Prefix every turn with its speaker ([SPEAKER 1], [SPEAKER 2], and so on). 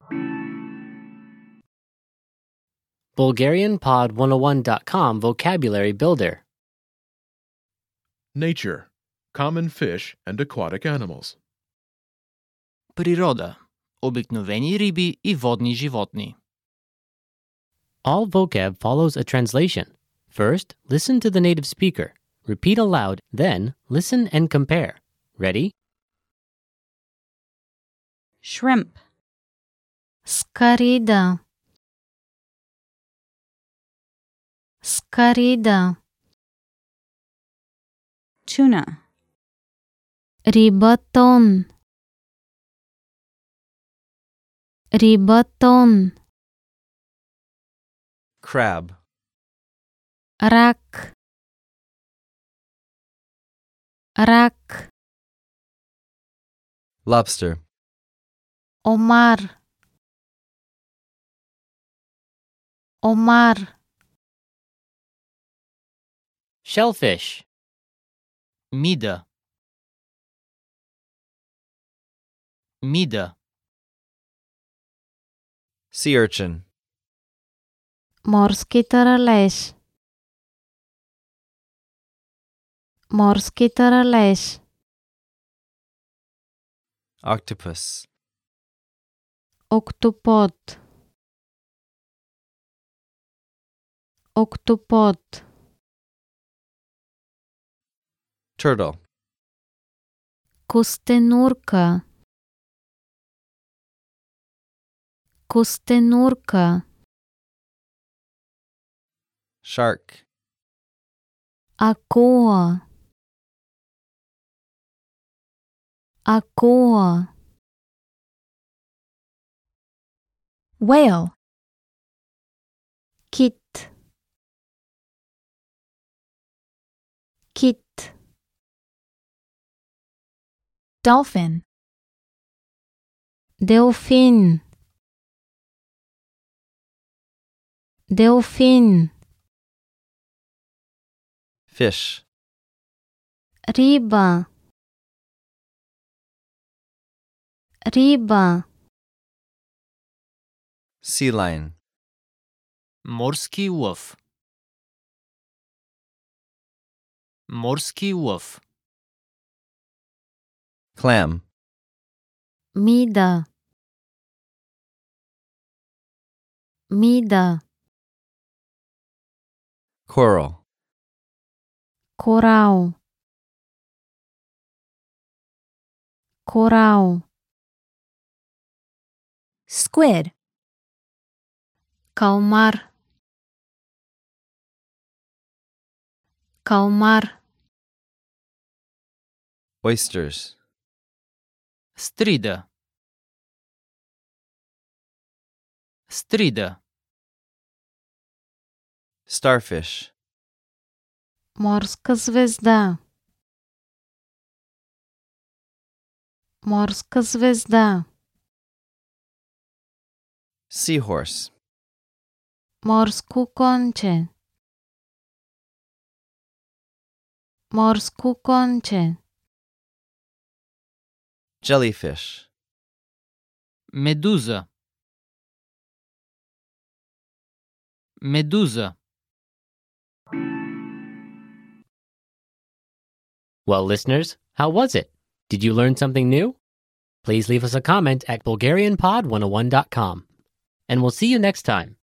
[SPEAKER 1] oh BulgarianPod101.com Vocabulary Builder.
[SPEAKER 2] Nature, common fish and aquatic animals.
[SPEAKER 3] Природа. Обикновени риби и водни животни.
[SPEAKER 1] All vocab follows a translation. First, listen to the native speaker. Repeat aloud, then, listen and compare. Ready?
[SPEAKER 4] shrimp,
[SPEAKER 5] Скорида. Скорида.
[SPEAKER 4] tuna,
[SPEAKER 5] Рибатон. Рибатон.
[SPEAKER 6] crab,
[SPEAKER 5] Рак. Рак.
[SPEAKER 6] lobster,
[SPEAKER 5] Омар. Омар.
[SPEAKER 1] Shellfish.
[SPEAKER 3] Мида. Мида.
[SPEAKER 6] sea urchin,
[SPEAKER 5] Морски таралеж. Морски таралеж.
[SPEAKER 6] octopus,
[SPEAKER 5] Октопод. Октопод.
[SPEAKER 6] turtle,
[SPEAKER 5] Костенурка. Костенурка.
[SPEAKER 6] shark,
[SPEAKER 5] Акула. Акула.
[SPEAKER 4] whale,
[SPEAKER 5] Кит. Кит.
[SPEAKER 4] dolphin,
[SPEAKER 5] Delfin. Delfin.
[SPEAKER 6] fish,
[SPEAKER 5] Riba. Riba.
[SPEAKER 6] sea lion,
[SPEAKER 3] Морски лъв. Морски лъв.
[SPEAKER 6] clam,
[SPEAKER 5] Mida. Mida.
[SPEAKER 6] coral,
[SPEAKER 5] Coral. Coral.
[SPEAKER 4] squid,
[SPEAKER 5] Calmar. Calmar.
[SPEAKER 6] oysters,
[SPEAKER 3] Стрида. Стрида.
[SPEAKER 6] starfish,
[SPEAKER 5] Морска звезда. Морска звезда.
[SPEAKER 6] seahorse,
[SPEAKER 5] Морско конче. Морско конче.
[SPEAKER 6] jellyfish,
[SPEAKER 3] Медуза. Медуза.
[SPEAKER 1] Well, listeners, how was it? Did you learn something new? oh Please leave us a comment at BulgarianPod101.com. And we'll see you next time.